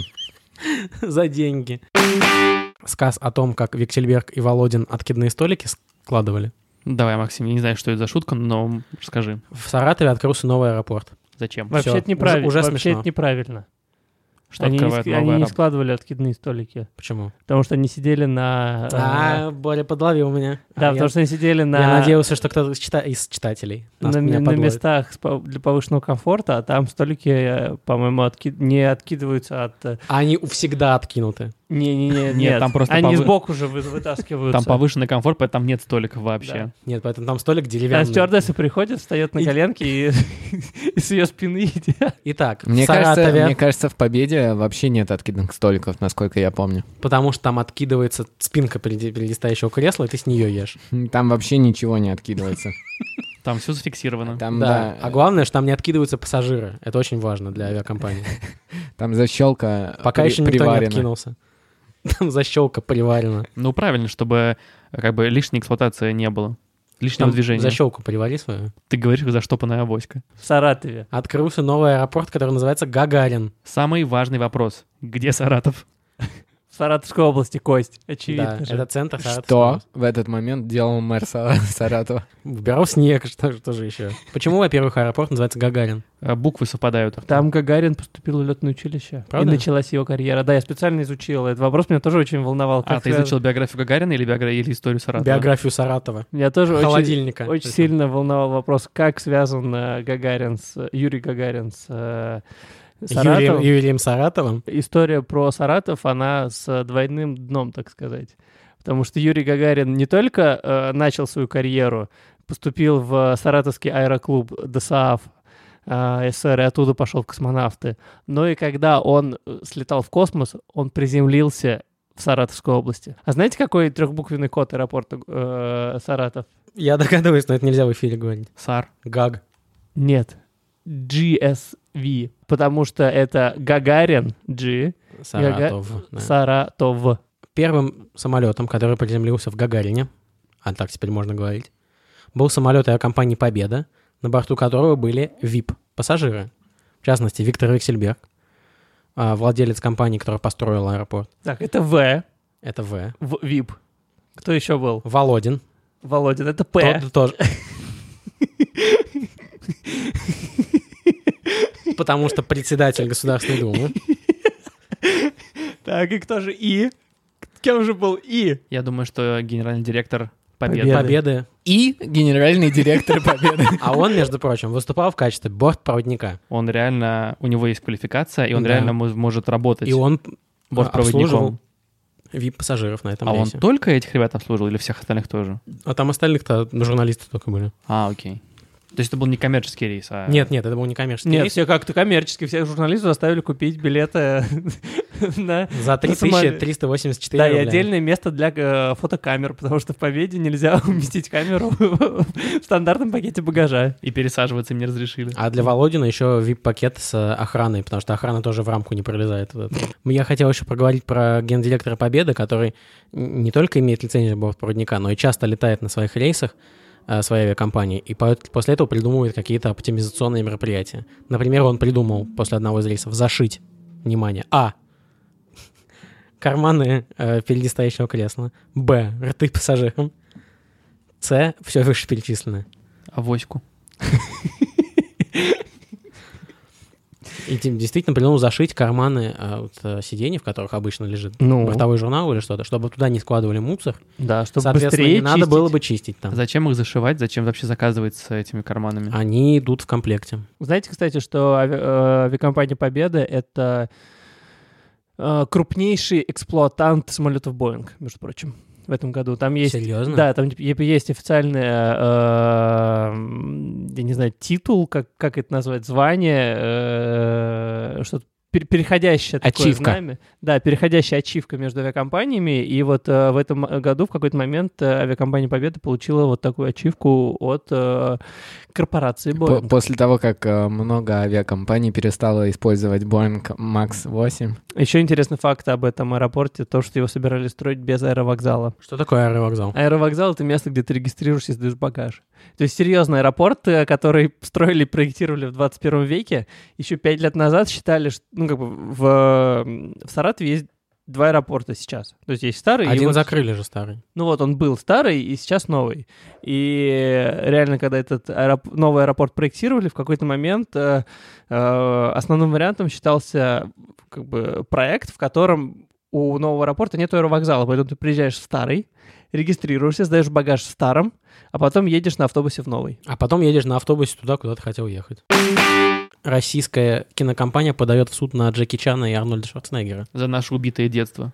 Speaker 2: за деньги. Сказ о том, как Виктельберг и Володин откидные столики складывали.
Speaker 5: Давай, Максим, я не знаю, что это за шутка, но расскажи.
Speaker 2: В Саратове открылся новый аэропорт.
Speaker 5: Зачем?
Speaker 3: Вообще
Speaker 2: Всё,
Speaker 3: это неправильно.
Speaker 2: уже- уже
Speaker 3: Вообще
Speaker 2: смешно.
Speaker 3: это неправильно.
Speaker 5: Что
Speaker 3: они не,
Speaker 5: открывает
Speaker 3: ск-
Speaker 5: новый
Speaker 3: они не
Speaker 5: аэропорт?
Speaker 3: складывали откидные столики,
Speaker 2: Почему?
Speaker 3: потому что они сидели на... э,
Speaker 2: А, Боря подловил меня. А
Speaker 3: да, потому
Speaker 2: я-
Speaker 3: что они сидели на...
Speaker 2: Я надеялся, что кто-то из чита- из читателей нас-
Speaker 3: на,
Speaker 2: меня
Speaker 3: на
Speaker 2: подловит.
Speaker 3: местах с пов- для повышенного комфорта, а там столики, э, по-моему, отки- не откидываются от... э,
Speaker 2: А Они всегда откинуты.
Speaker 3: Не-не-не,
Speaker 5: Нет, там просто
Speaker 3: Они
Speaker 5: повы-
Speaker 3: сбоку же вы- вытаскиваются.
Speaker 5: Там повышенный комфорт, поэтому там нет столиков вообще.
Speaker 2: Нет, поэтому там столик
Speaker 3: Там
Speaker 2: деревянный.
Speaker 3: стюардесса приходит, встает на
Speaker 2: И-
Speaker 3: коленки и, и с ее спины едят.
Speaker 2: Итак,
Speaker 4: Мне
Speaker 2: в
Speaker 4: кажется,
Speaker 2: Саратове,
Speaker 4: мне кажется, в Победе вообще нет откидных столиков, насколько я помню.
Speaker 2: потому что там откидывается спинка переди- перелистающего кресла, и ты с нее ешь.
Speaker 4: Там вообще ничего не откидывается.
Speaker 5: Там все зафиксировано.
Speaker 4: Там,
Speaker 2: Да.
Speaker 4: да,
Speaker 2: А главное, что там не откидываются пассажиры. Это очень важно для авиакомпании.
Speaker 4: там защелка
Speaker 2: Пока
Speaker 4: при-
Speaker 2: еще никто не
Speaker 4: приварена.
Speaker 2: откинулся. Там защелка приварена.
Speaker 5: Ну, правильно, чтобы э, как бы лишней эксплуатации не было. Лишнего
Speaker 2: Там
Speaker 5: движения.
Speaker 2: защелку привари свою.
Speaker 5: Ты говоришь, заштопанная авоська.
Speaker 3: В Саратове.
Speaker 2: Открылся новый аэропорт, который называется Гагарин.
Speaker 5: Самый важный вопрос. Где Саратов?
Speaker 3: В Саратовской области, Кость. Очевидно
Speaker 2: да,
Speaker 3: же.
Speaker 2: это центр
Speaker 4: Что
Speaker 2: Саратовского.
Speaker 4: в этот момент делал мэр Са- Саратова?
Speaker 2: Вбирал снег, что, что же еще. Почему, во-первых, аэропорт называется Гагарин?
Speaker 5: Э, Буквы совпадают.
Speaker 3: Там Гагарин поступил в летное училище.
Speaker 2: Правда?
Speaker 3: И началась его карьера. Да, я специально изучил. Этот вопрос меня тоже очень
Speaker 2: Ну,
Speaker 3: волновал.
Speaker 5: А,
Speaker 3: Как
Speaker 5: ты
Speaker 3: связано-
Speaker 5: изучил биографию Гагарина или, биогра- или историю Саратова?
Speaker 2: Биографию Саратова.
Speaker 3: Меня тоже очень,
Speaker 2: Холодильника.
Speaker 3: очень сильно волновал вопрос, как связан э, Гагарин с... Юрий Гагарин с э, Саратовым.
Speaker 2: Юрием, Юрием Саратовым.
Speaker 3: история про Саратов, она с двойным дном, так сказать. Потому что Юрий Гагарин не только э, начал свою карьеру, поступил в Саратовский аэроклуб ДСААФ э, СССР и оттуда пошел в космонавты, но и когда он э, слетал в космос, он приземлился в Саратовской области. А знаете, какой трехбуквенный код аэропорта э, Саратов?
Speaker 2: Я догадываюсь, но это нельзя в эфире говорить.
Speaker 5: Сар.
Speaker 2: Гаг.
Speaker 3: Нет. GSV. Потому что это Гагарин G,
Speaker 2: Саратов. да.
Speaker 3: Саратов.
Speaker 2: Первым самолетом, который приземлился в Гагарине, а так теперь можно говорить, был самолет авиакомпании «Победа», на борту которого были VIP-пассажиры. В частности, Виктор Вексельберг, а, владелец компании, которая построила аэропорт.
Speaker 3: Так, это В.
Speaker 2: Это В.
Speaker 3: В ВИП. Кто еще был?
Speaker 2: Володин.
Speaker 3: Володин. Это П.
Speaker 2: Тот тоже. Потому что председатель Государственной Думы.
Speaker 3: Так, и кто же И? Кем же был И?
Speaker 5: Я думаю, что генеральный директор Победы.
Speaker 3: Победа.
Speaker 2: Победы.
Speaker 4: И генеральный директор Победы.
Speaker 2: А он, между прочим, выступал в качестве бортпроводника.
Speaker 5: Он реально... У него есть квалификация, и он
Speaker 2: Да.
Speaker 5: реально мож- может работать
Speaker 2: И он
Speaker 5: бортпроводником.
Speaker 2: обслуживал VIP-пассажиров на этом
Speaker 5: А он
Speaker 2: рейсе.
Speaker 5: только этих ребят обслуживал или всех остальных тоже?
Speaker 2: А там остальных-то ну, журналисты только были.
Speaker 5: А, окей. То есть это был не коммерческий рейс, а...
Speaker 2: Нет, нет, это был не коммерческий
Speaker 3: Нет,
Speaker 2: рейс.
Speaker 3: все как-то коммерчески. Всех журналистов заставили купить билеты на...
Speaker 2: За
Speaker 3: самолет.
Speaker 2: 3384
Speaker 3: Да, и
Speaker 2: рубля.
Speaker 3: отдельное место для э, фотокамер, потому что в Победе нельзя уместить камеру в стандартном пакете багажа.
Speaker 5: И пересаживаться им не разрешили.
Speaker 2: А для Володина еще VIP-пакет с э, охраной, потому что охрана тоже в рамку не пролезает. Вот это. Я хотел еще проговорить про гендиректора Победы, который н- не только имеет лицензию бортпроводника, но и часто летает на своих рейсах э, своей авиакомпании, и по- после этого придумывает какие-то оптимизационные мероприятия. Например, он придумал после одного из рейсов зашить, внимание, а, карманы э, впереди стоящего кресла, б, рты пассажирам, с, все вышеперечисленное. А
Speaker 5: Авоську.
Speaker 2: И тем действительно придумал зашить карманы а, вот, э, сидений, в которых обычно лежит
Speaker 3: Ну,
Speaker 2: бортовой журнал или что-то, чтобы туда не складывали мусор.
Speaker 3: да, чтобы
Speaker 2: Соответственно,
Speaker 3: быстрее
Speaker 2: не надо
Speaker 3: чистить.
Speaker 2: было бы чистить там.
Speaker 5: Зачем их зашивать? Зачем вообще заказывать с этими карманами?
Speaker 2: Они идут в комплекте.
Speaker 3: Знаете, кстати, что ави- э, авиакомпания Победа это э, крупнейший эксплуатант самолетов Боинг, между прочим, в этом году. Там есть.
Speaker 2: Серьезно?
Speaker 3: Да, там типа, е- есть официальный, э, м, я не знаю, титул, как, как это назвать, звание, э, что-то пер- переходящее такое
Speaker 2: Ачивка.
Speaker 3: знамя. Да, переходящая ачивка между авиакомпаниями. И вот э, в этом году в какой-то момент э, авиакомпания Победа получила вот такую ачивку от э, корпорации
Speaker 4: По-
Speaker 3: Боинг.
Speaker 4: После того, как э, много авиакомпаний перестало использовать Boeing Max 8,
Speaker 3: Еще интересный факт об этом аэропорте, то, что его собирались строить без аэровокзала.
Speaker 2: Что такое аэровокзал?
Speaker 3: Аэровокзал — это место, где ты регистрируешься и сдаешь багаж. То есть, серьезно, аэропорт, э, который строили и проектировали в 21 веке, еще пять лет назад считали, что, ну, как бы в, э, в Саратове есть два аэропорта сейчас. То есть есть старый А, и
Speaker 2: Один
Speaker 3: вот-
Speaker 2: закрыли же старый.
Speaker 3: ну вот он был старый и сейчас новый. И реально, когда этот аэроп- новый аэропорт проектировали, в какой-то момент э, э, основным вариантом считался как бы проект, в котором у нового аэропорта нет аэровокзала, поэтому ты приезжаешь в старый, регистрируешься, сдаешь багаж в старом, а потом едешь на автобусе в новый.
Speaker 2: А потом едешь на автобусе туда, куда ты хотел ехать. Российская кинокомпания подает в суд на Джеки Чана и Арнольда Шварценеггера.
Speaker 5: За наше убитое детство.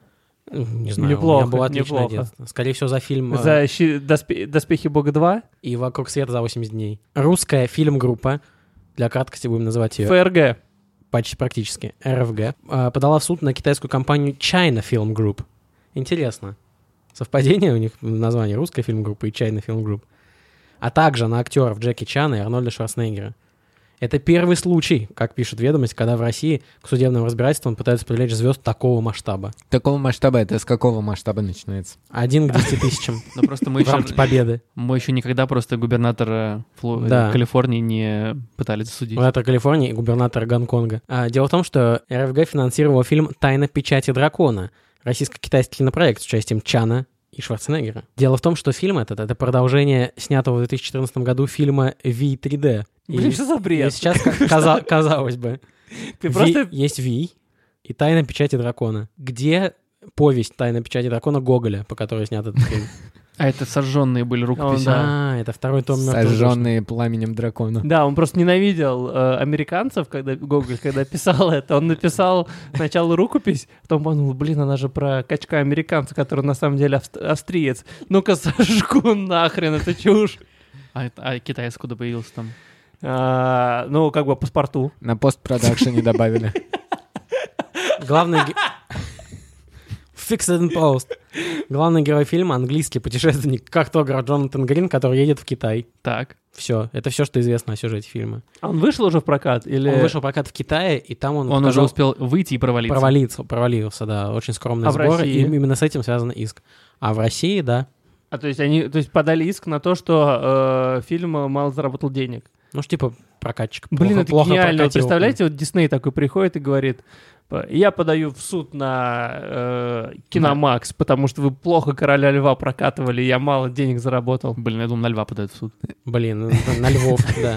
Speaker 2: Не знаю, у
Speaker 3: Неплохо,
Speaker 2: меня было отличное
Speaker 3: неплохо.
Speaker 2: детство. Скорее всего, за фильм э,
Speaker 3: За щи- доспе- «Доспехи Бога 2»
Speaker 2: «И вокруг света за 80 дней». Русская фильм-группа, для краткости будем называть ее
Speaker 3: ФРГ.
Speaker 2: почти практически, РФГ, э, подала в суд на китайскую компанию China Film Group. Интересно. Совпадение у них в названии русская фильм-группа и China Film Group. А также на актеров Джеки Чана и Арнольда Шварценеггера. Это первый случай, как пишет ведомость, когда в России к судебным разбирательствам пытаются привлечь звезд такого масштаба.
Speaker 4: Такого масштаба это с какого масштаба начинается?
Speaker 2: Один к десяти тысячам
Speaker 5: Но Ну, просто мы
Speaker 2: в
Speaker 5: еще,
Speaker 2: рамки победы.
Speaker 5: мы еще никогда просто губернатора Фло-
Speaker 2: Да.
Speaker 5: Калифорнии не пытались засудить.
Speaker 2: Губернатор Калифорнии и губернатор Гонконга. А, дело в том, что РФГ финансировала фильм «Тайна печати дракона», российско-китайский кинопроект с участием Чана и Шварценеггера. Дело в том, что фильм этот — это продолжение снятого в 2014 году фильма «Ви-3D». И-
Speaker 3: Блин, что за
Speaker 2: и
Speaker 3: бред?
Speaker 2: сейчас, ка- каза- казалось бы,
Speaker 3: Ты
Speaker 2: Ви-
Speaker 3: просто...
Speaker 2: Есть Ви и «Тайна печати дракона». Где повесть «Тайна печати дракона» Гоголя, по которой снят этот фильм?
Speaker 5: А это сожженные были рукописи.
Speaker 3: да.
Speaker 2: А, это второй том «Мёртвых душ».
Speaker 4: Сожженные пламенем дракона.
Speaker 3: Да, он просто ненавидел э, американцев, когда Гоголь, когда писал это. Он написал сначала рукопись, потом подумал, блин, она же про качка американца, который на самом деле авст- австриец. Ну-ка сожгу нахрен эту чушь.
Speaker 5: А, это- а Китай откуда появился там?
Speaker 3: А, ну, как бы паспорту.
Speaker 4: На постпродакшене добавили.
Speaker 2: Главный... ге- Fixed and Post. Главный герой фильма — английский путешественник картограф Джонатан Грин, который едет в Китай.
Speaker 5: Так.
Speaker 2: Все, это все, что известно о сюжете фильма.
Speaker 3: А он вышел уже в прокат? Или...
Speaker 2: Он вышел в прокат в Китае, и там он,
Speaker 5: Он уже
Speaker 2: показал-
Speaker 5: успел выйти и провалиться.
Speaker 2: провалился, провалился, да, очень скромные
Speaker 3: А в
Speaker 2: сборы, и
Speaker 3: России?
Speaker 2: именно с этим связан иск. А в России, да,
Speaker 3: А то есть они то есть подали иск на то, что э, фильм э, мало заработал денег.
Speaker 2: ну ж типа прокатчик.
Speaker 3: Блин,
Speaker 2: плохо-
Speaker 3: это
Speaker 2: плохо
Speaker 3: гениально. Вот
Speaker 2: прокатил.
Speaker 3: представляете, вот Дисней такой приходит и говорит, э, я подаю в суд на э, Киномакс, потому что вы плохо «Короля льва» прокатывали, я мало денег заработал.
Speaker 5: Блин, я думал, на льва подают в суд.
Speaker 2: Блин, на- на Львов, да.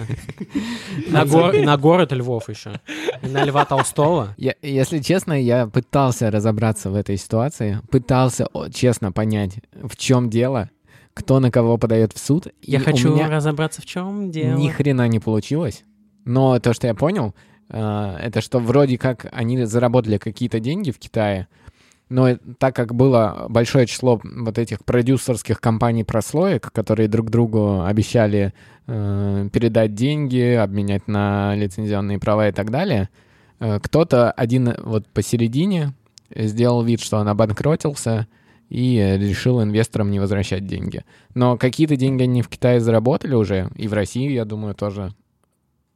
Speaker 2: На гор- На город Львов еще. И на Льва Толстого.
Speaker 4: Я, если честно, я пытался разобраться в этой ситуации, пытался о, честно понять, в чем дело, кто на кого подает в суд.
Speaker 2: Я
Speaker 4: и у
Speaker 2: хочу
Speaker 4: меня
Speaker 2: разобраться, в чем дело.
Speaker 4: Ни хрена не получилось. Но то, что я понял, э, это что вроде как они заработали какие-то деньги в Китае, но э- так как было большое число вот этих продюсерских компаний прослоек, которые друг другу обещали э, передать деньги, обменять на лицензионные права и так далее, э, кто-то один вот посередине э, сделал вид, что он обанкротился и э, решил инвесторам не возвращать деньги. Но какие-то деньги они в Китае заработали уже, и в России, я думаю, тоже.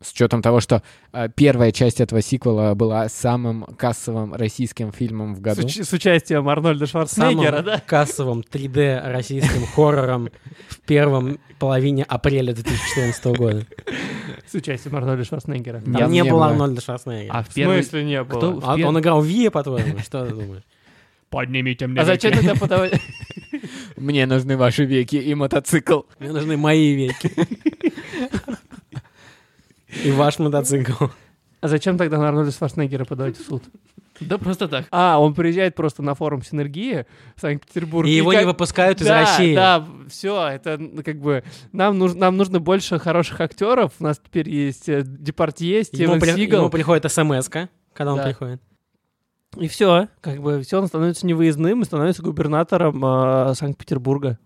Speaker 4: С учетом того, что э, первая часть этого сиквела была самым кассовым российским фильмом в
Speaker 3: С,
Speaker 4: году.
Speaker 3: уч- с участием Арнольда
Speaker 2: самым
Speaker 3: Шварценеггера, да?
Speaker 2: кассовым 3D российским хоррором в первом половине апреля 2014 года.
Speaker 3: С участием Арнольда Шварценеггера.
Speaker 2: Там
Speaker 4: Я
Speaker 2: не
Speaker 4: не
Speaker 2: было
Speaker 4: было.
Speaker 2: Арнольда Шварценеггера.
Speaker 5: А в
Speaker 3: В
Speaker 5: первый...
Speaker 3: смысле не было?
Speaker 5: Кто?
Speaker 2: А
Speaker 5: в пер-
Speaker 2: Он играл Ви, по-твоему? Что ты думаешь?
Speaker 5: Поднимите мне
Speaker 3: А зачем
Speaker 5: руки.
Speaker 3: тогда подавать?
Speaker 4: Мне нужны ваши веки и мотоцикл.
Speaker 2: Мне нужны мои веки. И ваш мотоцикл.
Speaker 3: А зачем тогда на Арнольда Шварценеггера подавать в суд?
Speaker 5: Да просто так.
Speaker 3: А, он приезжает просто на форум «Синергия» в Санкт-Петербург.
Speaker 2: И его не
Speaker 3: как-
Speaker 2: выпускают из
Speaker 3: да,
Speaker 2: России.
Speaker 3: Да, все, это ну, как бы нам нужно, нам нужно больше хороших актеров. У нас теперь есть э, Депардье,
Speaker 2: Ему,
Speaker 3: Стивен
Speaker 2: при-
Speaker 3: Сигал,
Speaker 2: ему приходит смс когда он
Speaker 3: Да.
Speaker 2: приходит.
Speaker 3: и все, как бы все, он становится невыездным и становится губернатором э, Санкт-Петербурга.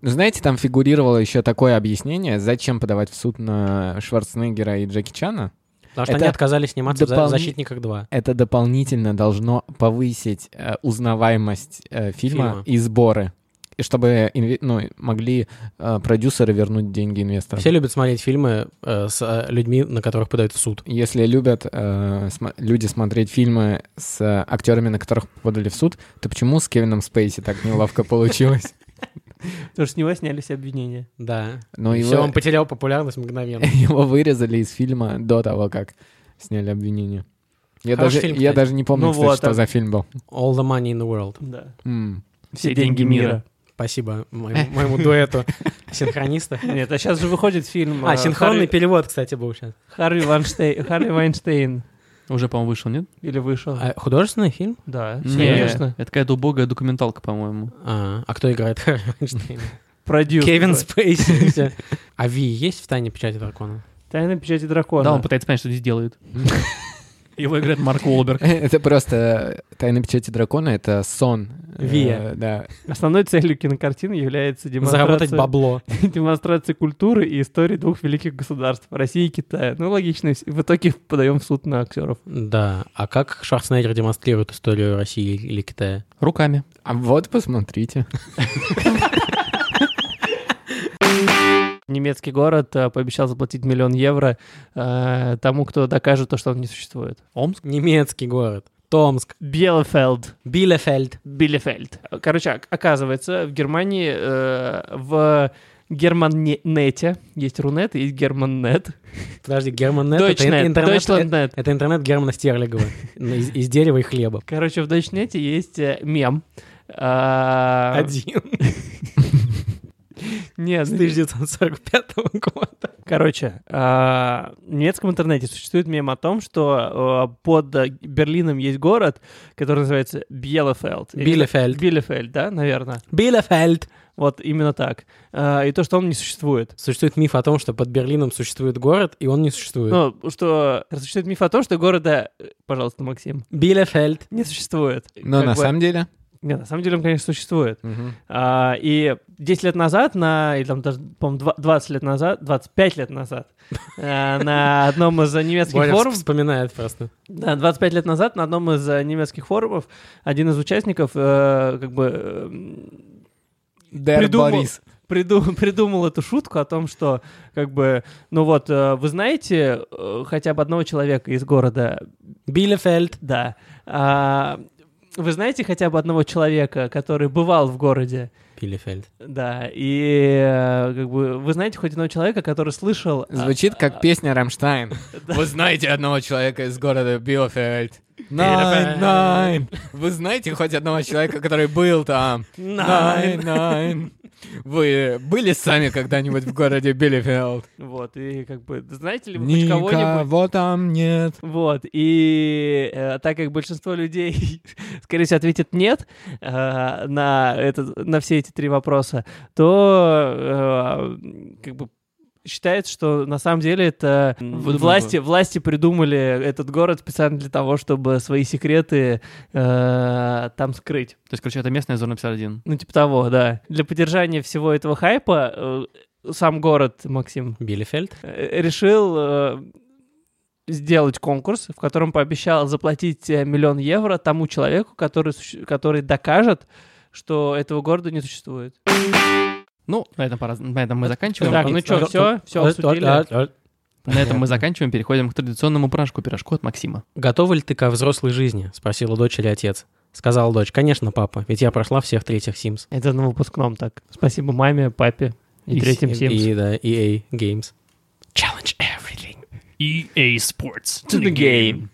Speaker 4: Ну, знаете, там фигурировало еще такое объяснение, зачем подавать в суд на Шварценеггера и Джеки Чана.
Speaker 2: Потому что
Speaker 4: Это
Speaker 2: они отказались сниматься в «За-
Speaker 4: дополни-
Speaker 2: «Защитниках 2».
Speaker 4: Это дополнительно должно повысить э, узнаваемость э, фильма
Speaker 2: Фильма.
Speaker 4: и сборы, и чтобы инве- ну, могли э, продюсеры вернуть деньги инвесторам.
Speaker 2: Все любят смотреть фильмы э, с э, людьми, на которых подают в суд.
Speaker 4: Если любят э, см- люди смотреть фильмы с э, актерами, на которых подали в суд, то почему с Кевином Спейси так неловко получилось?
Speaker 3: Потому что с него снялись обвинения.
Speaker 2: Да.
Speaker 4: Но
Speaker 2: И все,
Speaker 4: Ну, его,
Speaker 2: он потерял популярность мгновенно.
Speaker 4: его вырезали из фильма до того, как сняли обвинение. Я,
Speaker 2: Хороший
Speaker 4: даже,
Speaker 2: фильм,
Speaker 4: я
Speaker 2: кстати.
Speaker 4: даже не помню,
Speaker 3: Ну
Speaker 4: кстати,
Speaker 3: вот,
Speaker 4: что
Speaker 3: а-
Speaker 4: за фильм был.
Speaker 2: All the money in the world.
Speaker 3: Да.
Speaker 4: М.
Speaker 5: Все деньги мира.
Speaker 2: Спасибо моему, моему дуэту синхронистов.
Speaker 3: Нет, а сейчас же выходит фильм.
Speaker 2: А,
Speaker 3: э,
Speaker 2: синхронный
Speaker 3: Харви,
Speaker 2: перевод, кстати, был сейчас.
Speaker 3: Харви Вайнштейн, Харви Вайнштейн.
Speaker 5: Уже, по-моему, вышел, нет?
Speaker 3: Или вышел.
Speaker 2: А, художественный фильм?
Speaker 3: Да,
Speaker 5: Не,
Speaker 3: конечно.
Speaker 5: Это какая-то убогая документалка, по-моему.
Speaker 2: А, а кто играет Харви Вайнштейна?
Speaker 3: Продюсер.
Speaker 2: Кевин Спейси. и всё. А Ви есть в «Тайне печати дракона»?
Speaker 3: Тайна печати дракона.
Speaker 5: Да, он пытается понять, что здесь делают. Его играет Марк Уолберг.
Speaker 4: Это просто «Тайна печати дракона» — это сон. Э,
Speaker 2: Вия.
Speaker 4: Да.
Speaker 3: Основной целью кинокартины является демонстрация...
Speaker 2: Заработать бабло.
Speaker 3: демонстрации культуры и истории двух великих государств — России и Китая. Ну, логично, вс- в итоге подаем в суд на актеров.
Speaker 2: Да. А как Шварценеггер демонстрирует историю России или Китая?
Speaker 5: Руками.
Speaker 4: А вот посмотрите.
Speaker 3: Немецкий город э, пообещал заплатить миллион евро э, тому, кто докажет то, что он не существует.
Speaker 5: Омск?
Speaker 2: Немецкий город. Томск.
Speaker 3: Биелефельд.
Speaker 2: Билефельд.
Speaker 3: Билефельд. Короче, ок- оказывается, в Германии э, в Германнете есть Рунет и есть Германнет.
Speaker 2: Подожди, Германнет. это ин-
Speaker 3: Дойчнет.
Speaker 2: интернет- э-
Speaker 3: Дойчланднет.
Speaker 2: Это интернет Германа Стерлигова из, из дерева и хлеба.
Speaker 3: Короче, в Дойчнете есть э, мем. А,
Speaker 2: Один.
Speaker 3: Нет,
Speaker 2: С 1945 года.
Speaker 3: Короче, а, в немецком интернете существует мем о том, что а, под а, Берлином есть город, который называется Биелефельд. Я не знаю,
Speaker 2: Билефельд.
Speaker 3: Биелефельд, да, наверное.
Speaker 2: Билефельд.
Speaker 3: Вот именно так. А, И то, что он не существует.
Speaker 2: Существует миф о том, что под Берлином существует город, и он не существует.
Speaker 3: Ну, что существует миф о том, что города, э, пожалуйста, Максим,
Speaker 2: Билефельд.
Speaker 3: не существует.
Speaker 4: Но
Speaker 3: Как
Speaker 4: на
Speaker 3: бы-
Speaker 4: самом деле...
Speaker 3: Нет, на самом деле он, конечно, существует. А, и 10 лет назад, на, или там даже, по-моему, два- 20 лет назад, 25 лет назад, э, на одном из немецких
Speaker 2: Боря
Speaker 3: форумов...
Speaker 2: вспоминает просто.
Speaker 3: Да, 25 лет назад на одном из э, немецких форумов один из участников э, как бы э, м, Придумал.
Speaker 4: Борис.
Speaker 3: приду- придумал эту шутку о том, что как бы, ну вот, э, вы знаете э, хотя бы одного человека из города,
Speaker 2: Билефельд.
Speaker 3: да, А, вы знаете хотя бы одного человека, который бывал в городе,
Speaker 2: Билефельд.
Speaker 3: да, и э, как бы вы знаете хоть одного человека, который слышал... а,
Speaker 4: Звучит как песня Рамштайн. Вы знаете одного человека из города Биофельд? Найн, найн. Вы знаете хоть одного человека, который был там? Найн, найн. Вы были сами когда-нибудь в городе Билефельд?
Speaker 3: Вот, и как бы, знаете ли вы хоть кого-нибудь?
Speaker 4: Никого там нет.
Speaker 3: Вот, и э, так как большинство людей, скорее всего, ответит «нет» э, на, этот, на все эти три вопроса, то э, как бы считается, что на самом деле это
Speaker 5: Выдумано.
Speaker 3: власти, власти придумали этот город специально для того, чтобы свои секреты э, там скрыть.
Speaker 5: То есть, короче, это местная зона 51.
Speaker 3: Ну, типа того, да. Для поддержания всего этого хайпа э, сам город, Максим,
Speaker 2: Билефельд.
Speaker 3: э, решил э, сделать конкурс, в котором пообещал заплатить э, миллион евро тому человеку, который, суще- который докажет, что этого города не существует.
Speaker 5: Ну, на этом, пора, на этом мы заканчиваем.
Speaker 3: Так, ну что, все,
Speaker 2: Э,
Speaker 3: все
Speaker 5: Э,
Speaker 3: обсудили.
Speaker 5: а На этом мы заканчиваем, переходим к традиционному пирожку, пирожку от Максима.
Speaker 2: «Готова ли ты ко взрослой жизни?» — спросила дочь или отец. Сказала дочь, «Конечно, папа, ведь я прошла всех третьих Sims».
Speaker 3: Это на выпускном так. Спасибо маме, папе и, третьим
Speaker 2: Sims.
Speaker 3: Sims.
Speaker 2: И, да, EA Games. Challenge everything.
Speaker 5: EA E Sports to the game.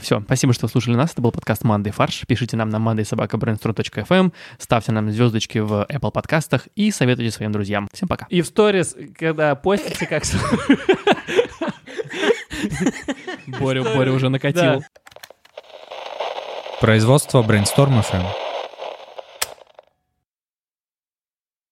Speaker 5: все, А, спасибо, что слушали нас. Это был подкаст «Мандай фарш». Пишите нам на mandaysobakabrainstorm.fm, ставьте нам звездочки в Apple подкастах и советуйте своим друзьям. Всем пока.
Speaker 3: И в сторис, когда постите, как... с-
Speaker 5: Боря, Боря уже накатил.
Speaker 3: Да.
Speaker 6: Производство Brainstorm FM.